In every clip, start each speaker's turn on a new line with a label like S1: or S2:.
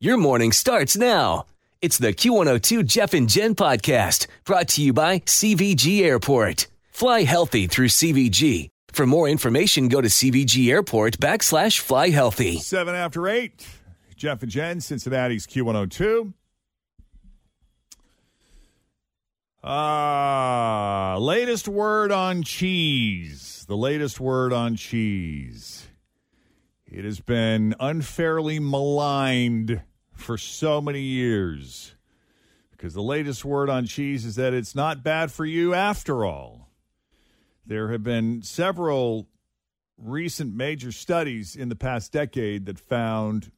S1: Your morning starts now. It's the Q102 Jeff and Jen podcast brought to you by CVG Airport. Fly healthy through CVG. For more information, go to CVG Airport backslash fly healthy.
S2: Seven after eight. Jeff and Jen, Cincinnati's Q102. Ah, latest word on cheese. The latest word on cheese. It has been unfairly maligned for so many years because the latest word on cheese is that it's not bad for you after all. There have been several recent major studies in the past decade that found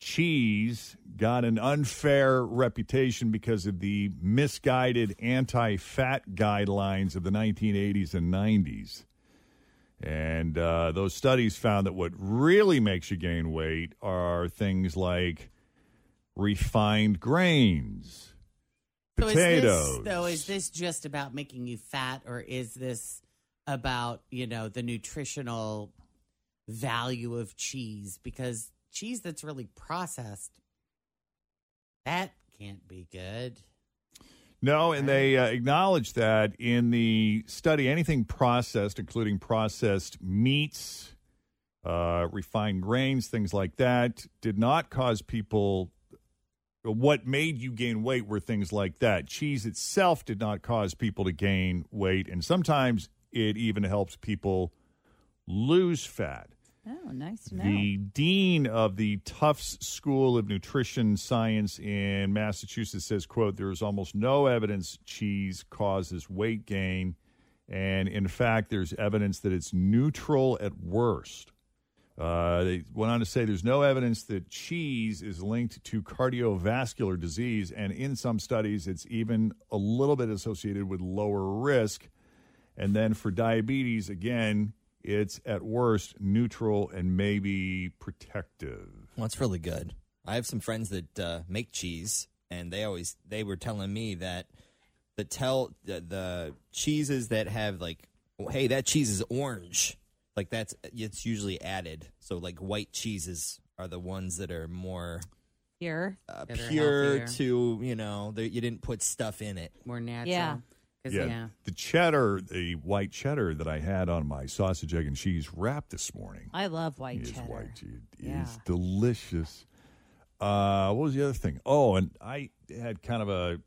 S2: cheese got an unfair reputation because of the misguided anti fat guidelines of the 1980s and 90s. And uh, those studies found that what really makes you gain weight are things like refined grains, potatoes.
S3: So is this, though, is this just about making you fat, or is this about you know the nutritional value of cheese? Because cheese that's really processed, that can't be good.
S2: No, and they uh, acknowledge that in the study, anything processed, including processed meats, uh, refined grains, things like that, did not cause people. What made you gain weight were things like that. Cheese itself did not cause people to gain weight, and sometimes it even helps people lose fat.
S4: Oh, nice to know.
S2: The dean of the Tufts School of Nutrition Science in Massachusetts says, quote, there is almost no evidence cheese causes weight gain. And in fact, there's evidence that it's neutral at worst. Uh, they went on to say there's no evidence that cheese is linked to cardiovascular disease. And in some studies, it's even a little bit associated with lower risk. And then for diabetes, again, it's at worst neutral and maybe protective.
S5: Well, it's really good. I have some friends that uh, make cheese, and they always they were telling me that the tell the, the cheeses that have like, oh, hey, that cheese is orange. Like that's it's usually added. So like white cheeses are the ones that are more
S4: Here.
S5: uh,
S3: That are
S5: pure
S3: healthier.
S5: to you know that you didn't put stuff in it.
S3: More natural.
S4: Yeah.
S3: 'Cause,
S2: yeah. The cheddar, the white cheddar that I had on my sausage, egg, and cheese wrap this morning
S4: I love white
S2: is
S4: cheddar.
S2: white cheese.
S4: Yeah.
S2: Is delicious. Uh, what was the other thing? Oh, and I had kind of a,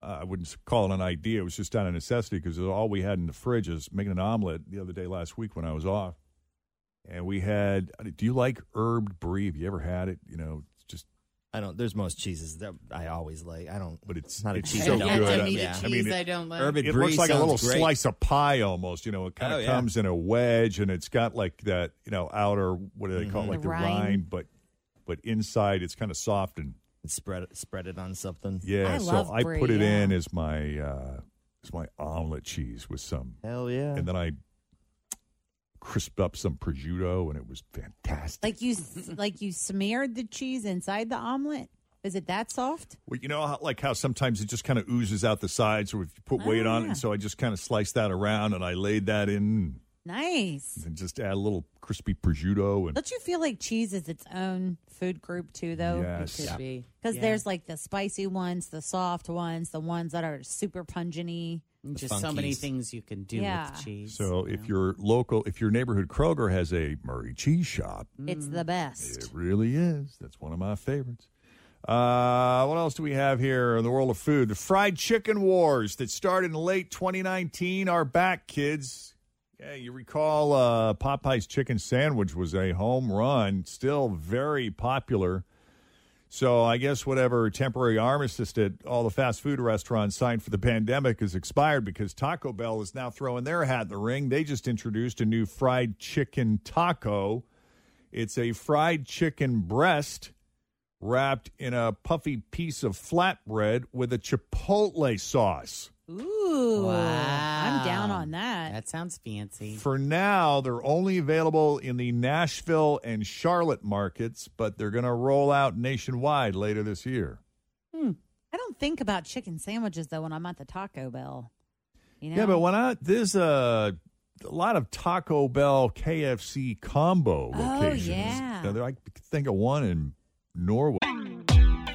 S2: uh, I wouldn't call it an idea. It was just out of necessity because all we had in the fridge is making an omelet the other day last week when I was off. And we had, uh, do you like herbed brie? Have you ever had it? You know, it's just,
S5: I don't. There's most cheeses that I always like. I don't.
S2: but it's,
S5: Not a
S2: it's
S5: cheese.
S2: so
S3: I don't
S2: good.
S3: like meat
S5: Yeah.
S3: cheese.
S2: I
S3: I,
S2: mean, it-
S3: don't like.
S5: Urban-
S2: it
S5: Brie
S2: looks like a
S5: sounds
S2: little
S5: great.
S2: slice of pie almost. You know, it kind of
S5: Oh, yeah.
S2: comes in a wedge, and it's got like that, you know, outer what do they call it,
S5: Mhm.
S2: like the,
S4: The rind.
S2: rind, but but inside it's kind of soft and
S5: Spread it- spread it on something.
S2: yeah.
S4: I
S2: so
S4: love
S2: I
S4: brie,
S2: put it
S4: yeah.
S2: in as my uh as my omelet cheese with some,
S5: Hell yeah.
S2: and then I crisped up some prosciutto, and it was fantastic.
S4: Like you, s- like you smeared the cheese inside the omelet. Is it that soft?
S2: Well, you know, how, like how sometimes it just kind of oozes out the sides, or if you put
S4: Oh,
S2: weight on it.
S4: yeah.
S2: And so I just kind of sliced that around, and I laid that in,
S4: Nice.
S2: and just add a little crispy prosciutto and.
S4: Don't you feel like cheese is its own food group too, though?
S2: Yes.
S3: Could be.
S4: Because
S3: Yeah.
S4: there's like the spicy ones, the soft ones, the ones that are super pungenty.
S5: the
S3: Just so many
S5: Funkies.
S3: things you can do
S4: Yeah.
S3: with cheese.
S2: So
S3: you
S2: if
S3: know.
S2: your local, if your neighborhood Kroger has a Murray cheese shop,
S4: It's
S3: Mm.
S4: the
S2: it
S4: best.
S2: really is. That's one of my favorites. Uh, what else do we have here in the world of food? The fried chicken wars that started in late 2019 are back, kids. Yeah, you recall uh, Popeye's chicken sandwich was a home run, still very popular. So I guess whatever temporary armistice that all the fast food restaurants signed for the pandemic has expired because Taco Bell is now throwing their hat in the ring. They just introduced a new fried chicken taco. It's a fried chicken breast wrapped in a puffy piece of flatbread with a chipotle sauce.
S4: Ooh. I'm down
S3: Wow.
S4: on that.
S3: That sounds fancy.
S2: For now, they're only available in the Nashville and Charlotte markets, but they're going to roll out nationwide later this year.
S4: Hmm. I don't think about chicken sandwiches though when I'm at the Taco Bell. You know?
S2: Yeah, but when I there's a, a lot of Taco Bell KFC combo
S4: Oh,
S2: locations.
S4: yeah.
S2: Now, there- I could think of one in Norway.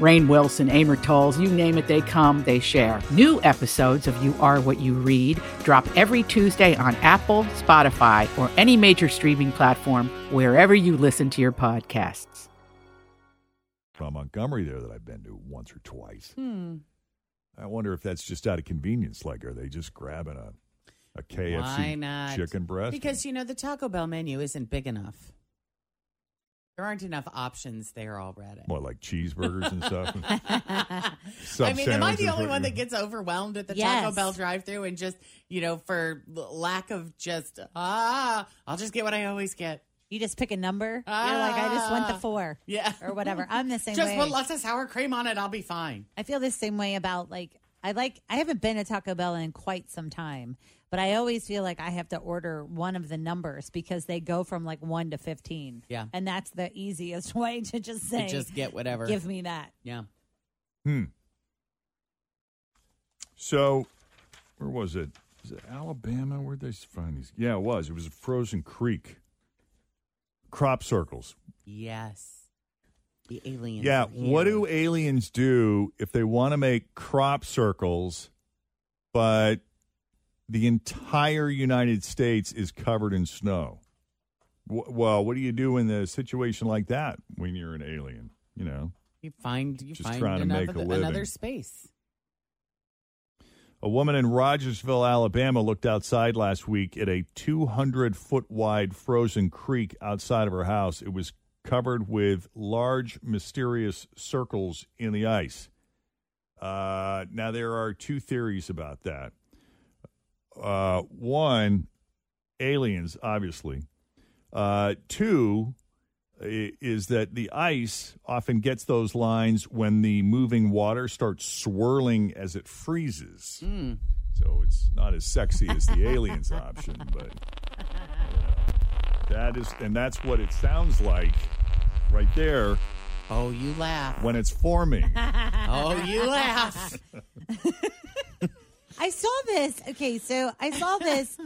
S6: Rain Wilson, Amor Tolls, you name it, they come, they share. New episodes of You Are What You Read drop every Tuesday on Apple, Spotify, or any major streaming platform wherever you listen to your podcasts.
S2: from Montgomery there that I've been to once or twice.
S4: Hmm.
S2: I wonder if that's just out of convenience. Like, are they just grabbing a a KFC
S3: Why not?
S2: chicken breast?
S3: Because you know the Taco Bell menu isn't big enough. There aren't enough options there already.
S2: what, like cheeseburgers and stuff? Sub
S3: I mean, am I
S2: sandwiches,
S3: the only
S2: what
S3: one
S2: you-
S3: that gets overwhelmed at the
S4: Yes.
S3: Taco Bell drive-through and just, you know, for l- lack of just ah, I'll just get what I always get.
S4: You just pick a number. You're like, I just want the
S3: Ah.
S4: four.
S3: Yeah.
S4: Or whatever. I'm the same
S3: just
S4: way.
S3: put lots of sour cream on it. I'll be fine.
S4: I feel the same way about like I like I haven't been to Taco Bell in quite some time, but I always feel like I have to order one of the numbers because they go from like one to fifteen.
S3: Yeah.
S4: And that's the easiest way to just
S3: You
S4: say
S3: just get whatever.
S4: give me that.
S3: yeah.
S2: Hmm. So, where was it? Was it Alabama? Where'd they find these? Yeah, it was. It was Frozen Creek. Crop circles.
S3: Yes. The aliens.
S2: Yeah.
S3: are here.
S2: What do aliens do if they want to make crop circles, but the entire United States is covered in snow? Wh- Well, what do you do in a situation like that when you're an alien? You know,
S3: you find? You
S2: Just
S3: find
S2: trying to make
S3: another,
S2: a living.
S3: another space.
S2: a woman in Rogersville, Alabama, looked outside last week at a 200 foot wide frozen creek outside of her house. It was covered with large, mysterious circles in the ice. Uh, now, there are two theories about that. Uh, one, aliens, obviously. Uh, two, i- is that the ice often gets those lines when the moving water starts swirling as it freezes. So it's not as sexy as the aliens option, but you know, that is, and that's what it sounds like right there
S3: Oh, you laugh.
S2: when it's forming.
S3: Oh, you laugh.
S4: I saw this. Okay, so I saw this.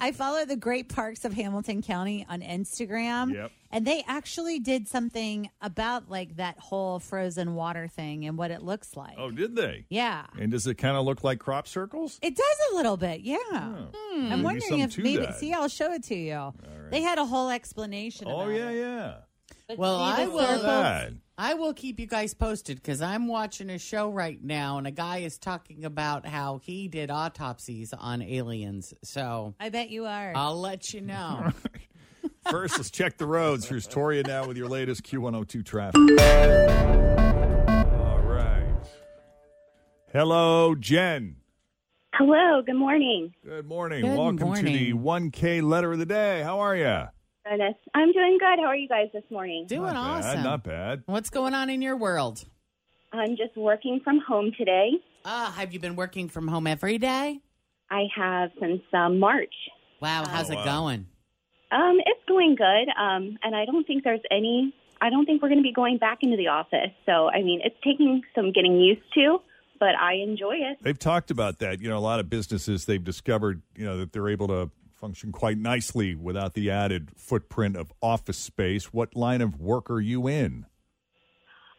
S4: I follow the Great Parks of Hamilton County on Instagram.
S2: Yep.
S4: And they actually did something about like that whole frozen water thing and what it looks like.
S2: oh, did they?
S4: yeah.
S2: And does it kind of look like crop circles?
S4: It does a little bit, yeah.
S2: Maybe
S4: Hmm. I'm wondering
S2: some
S4: if
S2: to
S4: maybe
S2: that.
S4: see. I'll show it to you. They had a whole explanation.
S2: Oh
S4: about
S2: yeah,
S4: it.
S2: yeah.
S4: But
S3: Well,
S4: see
S3: I
S4: the
S3: will.
S4: circles?
S7: uh,
S2: that.
S3: I will keep you guys posted because I'm watching a show right now, and a guy is talking about how he did autopsies on aliens. So
S4: I bet you are.
S3: I'll let you know.
S2: First, let's check the roads. Here's Toria now with your latest Q102 traffic. All right. Hello, Jen.
S7: Hello, good morning,
S2: Good morning.
S3: Good
S2: Welcome to the
S3: morning.
S2: 1K letter of the day. How are you?
S7: Dennis. I'm doing good. How are you guys this morning?
S3: Doing
S2: not
S3: awesome.
S2: Bad, not bad.
S3: What's going on in your world?
S7: I'm just working from home today.
S3: Uh, have you been working from home every day?
S7: I have since um, March.
S3: Wow, how's
S2: Oh,
S3: it going?
S7: Um, it's going good. Um, and I don't think there's any. I don't think we're going to be going back into the office. So I mean, it's taking some getting used to, but I enjoy it.
S2: They've talked about that. You know, a lot of businesses they've discovered, you know, that they're able to function quite nicely without the added footprint of office space. What line of work are you in?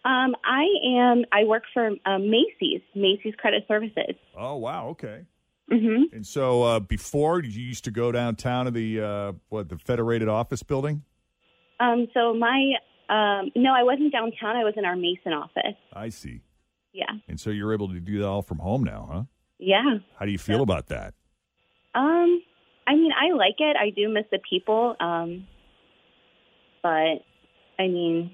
S7: Um, I am. I work for um, Macy's, Macy's Credit Services.
S2: Oh, wow. Okay.
S7: hmm
S2: And so uh, before you used to go downtown to the uh, what the Federated office building.
S7: Um, so my um, no, I wasn't downtown. I was in our Mason office.
S2: I see.
S7: Yeah,
S2: And so you're able to do that all from home now, huh?
S7: yeah.
S2: How do you feel about that?
S7: Um, I mean, I like it. I do miss the people. Um, but I mean,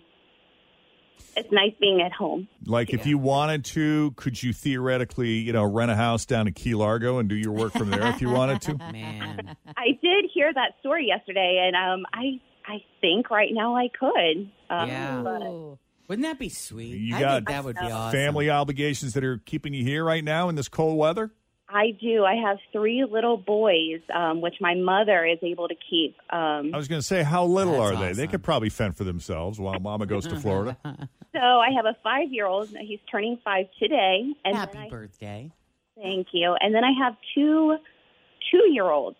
S7: it's nice being at home.
S2: Like, if you wanted to, could you theoretically, you know, rent a house down in Key Largo and do your work from there if you wanted to?
S3: Man.
S7: I did hear that story yesterday, and um, I I think right now I could. Um,
S3: Yeah.
S7: but-
S3: Wouldn't that be sweet?
S2: You
S3: I
S2: got
S3: think that would be awesome.
S2: Family obligations that are keeping you here right now in this cold weather.
S7: I do. I have three little boys, um, which my mother is able to keep. Um,
S2: I was going to say, how little
S3: That's
S2: are they? They
S3: awesome.
S2: could probably fend for themselves while Mama goes to Florida.
S7: so I have a five-year-old. He's turning five today, and
S3: Happy
S7: then I,
S3: birthday.
S7: thank you. And then I have two two-year-olds.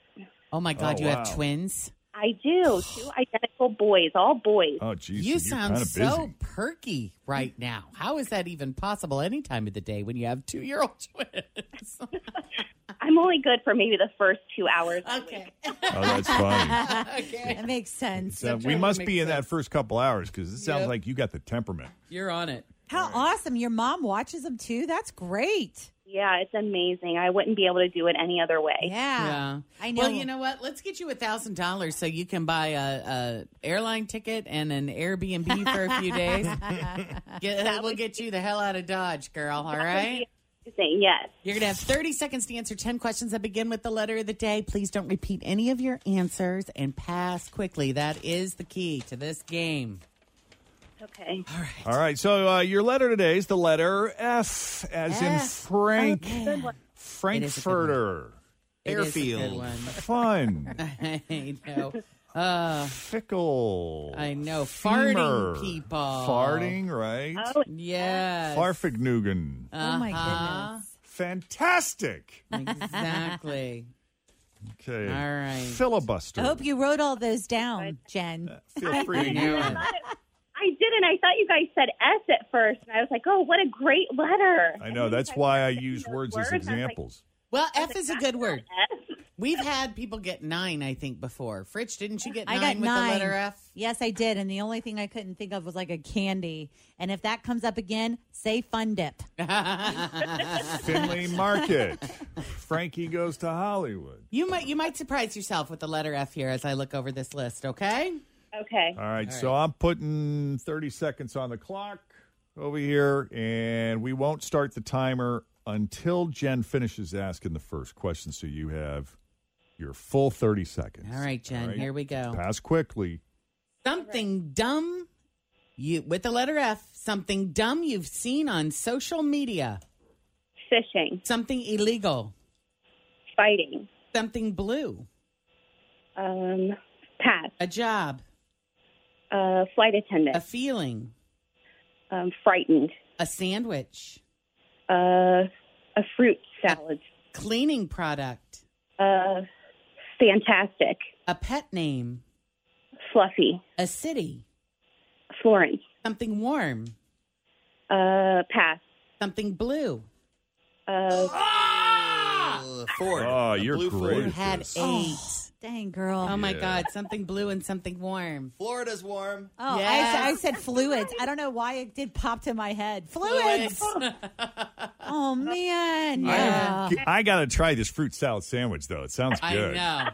S3: Oh my God,
S2: Oh,
S3: you
S2: wow.
S3: have twins?
S7: I do. Two identical boys, all boys.
S2: Oh, geez,
S3: you
S2: you're
S3: sound
S2: kinda
S3: so
S2: busy.
S3: perky right now. How is that even possible any time of the day when you have two year old twins?
S7: I'm only good for maybe the first two hours.
S3: okay.
S2: Oh, that's funny.
S4: That makes sense.
S2: So uh, we must be in that first couple hours because it sounds like you got the temperament.
S3: You're on it.
S4: How awesome. Your mom watches them too? That's great.
S7: Yeah, it's amazing. I wouldn't be able to do it any other way.
S4: Yeah. I know.
S3: Well, you know what? Let's get you a thousand dollars so you can buy a, a airline ticket and an Airbnb for a few days. Get, we'll get you the hell out of Dodge, girl. All right.
S7: Amazing, Yes.
S3: You're going to have 30 seconds to answer 10 questions that begin with the letter of the day. Please don't repeat any of your answers and pass quickly. That is the key to this game.
S7: Okay.
S3: All right.
S2: All right, so uh, your letter today is the letter F, as in
S3: F.
S2: Frank
S3: It is a good one.
S2: Frankfurter.
S3: It is a good
S5: Airfield.
S3: one.
S2: Fun,
S3: I know. Uh,
S2: fickle.
S3: I know. Farting
S2: femur.
S3: people.
S2: Farting, right?
S7: Oh,
S3: yes.
S2: Farfignugan.
S4: oh my
S3: Uh-huh.
S4: goodness.
S2: Fantastic.
S3: Exactly.
S2: Okay.
S3: All right.
S2: Filibuster.
S4: I hope you wrote all those down,
S2: Uh,
S4: Jen.
S2: Feel free to use it.
S7: I didn't. I thought you guys said S at first, and I was like, "Oh, what a great letter!"
S2: I
S7: And
S2: know.
S7: then
S2: That's
S7: you guys
S2: why I
S7: started
S2: use
S7: saying
S2: words
S7: those
S2: as
S7: words, and I was
S2: examples.
S3: Well, F is a good word.
S7: like, S?
S3: We've had people get nine, I think, before. Fritch, didn't you get
S4: I
S3: nine
S4: got
S3: with
S4: nine.
S3: the letter F?
S4: Yes, I did. And the only thing I couldn't think of was like a candy. And if that comes up again, say fun dip.
S2: Finley Market. Frankie goes to Hollywood.
S3: You might you might surprise yourself with the letter F here as I look over this list, okay?
S7: Okay.
S2: All right, so I'm putting 30 seconds on the clock over here, and we won't start the timer until Jen finishes asking the first question. So you have your full 30 seconds.
S3: All right, Jen, here we go.
S2: Pass quickly.
S3: Something dumb you with the letter F, something dumb you've seen on social media.
S7: Fishing,
S3: Something illegal.
S7: fighting,
S3: Something blue.
S7: um, pass,
S3: A job.
S7: uh, flight attendant,
S3: A feeling.
S7: um, frightened,
S3: A sandwich.
S7: uh, a fruit salad,
S3: Cleaning product.
S7: uh, fantastic,
S3: A pet name.
S7: fluffy,
S3: A city.
S7: Florence,
S3: Something warm.
S7: uh, pass,
S3: Something blue.
S7: uh,
S5: Uh, Ford.
S2: Oh,
S5: A
S2: you're
S5: blue
S2: great.
S3: You
S5: Ford.
S3: had
S2: this?
S3: eight. Oh,
S4: Dang, girl.
S3: my
S2: Yeah.
S3: God. Something blue and something warm.
S5: Florida's warm.
S4: oh,
S3: Yes.
S4: I, said, I said fluids. I don't know why it did pop to my head. Fluids. oh, man.
S3: Uh-huh.
S4: Yeah.
S2: I got to try this fruit salad sandwich, though. It sounds
S3: Oh. I
S2: good.
S3: know.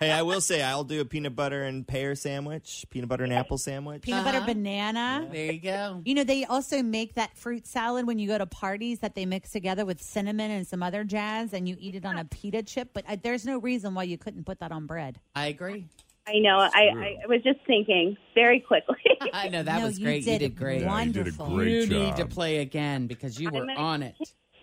S5: Hey, I will say I'll do a peanut butter and pear sandwich, peanut butter and apple sandwich.
S4: Peanut butter banana.
S3: There you go.
S4: You know, they also make that fruit salad when you go to parties that they mix together with cinnamon and some other jazz and you eat it on a pita chip. But uh, there's no reason why you couldn't put that on bread.
S3: I agree.
S7: I know. I, I was just thinking very quickly.
S3: I know that
S4: No,
S3: was
S4: you
S3: great.
S4: did
S3: you did great.
S2: Yeah, you did a
S4: Wonderful.
S2: great
S3: you
S2: job.
S3: need to play again because you were
S7: I'm gonna-
S3: on it.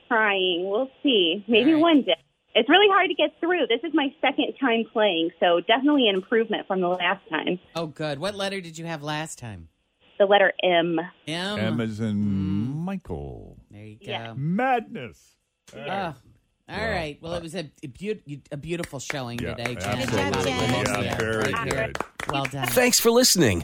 S7: Trying. We'll see. Maybe
S3: All right.
S7: one day. it's really hard to get through. This is my second time playing, so definitely an improvement from the last time.
S3: Oh, good. What letter did you have last time?
S7: The letter M.
S3: M.
S2: Emma's and
S3: Mm.
S2: Michael.
S3: There you go.
S2: Madness.
S3: Oh, all right. Well, it was a, a, beaut- a beautiful showing
S2: Yeah,
S3: today, Jen.
S2: absolutely. Yeah, very good.
S3: Well done.
S1: Thanks for listening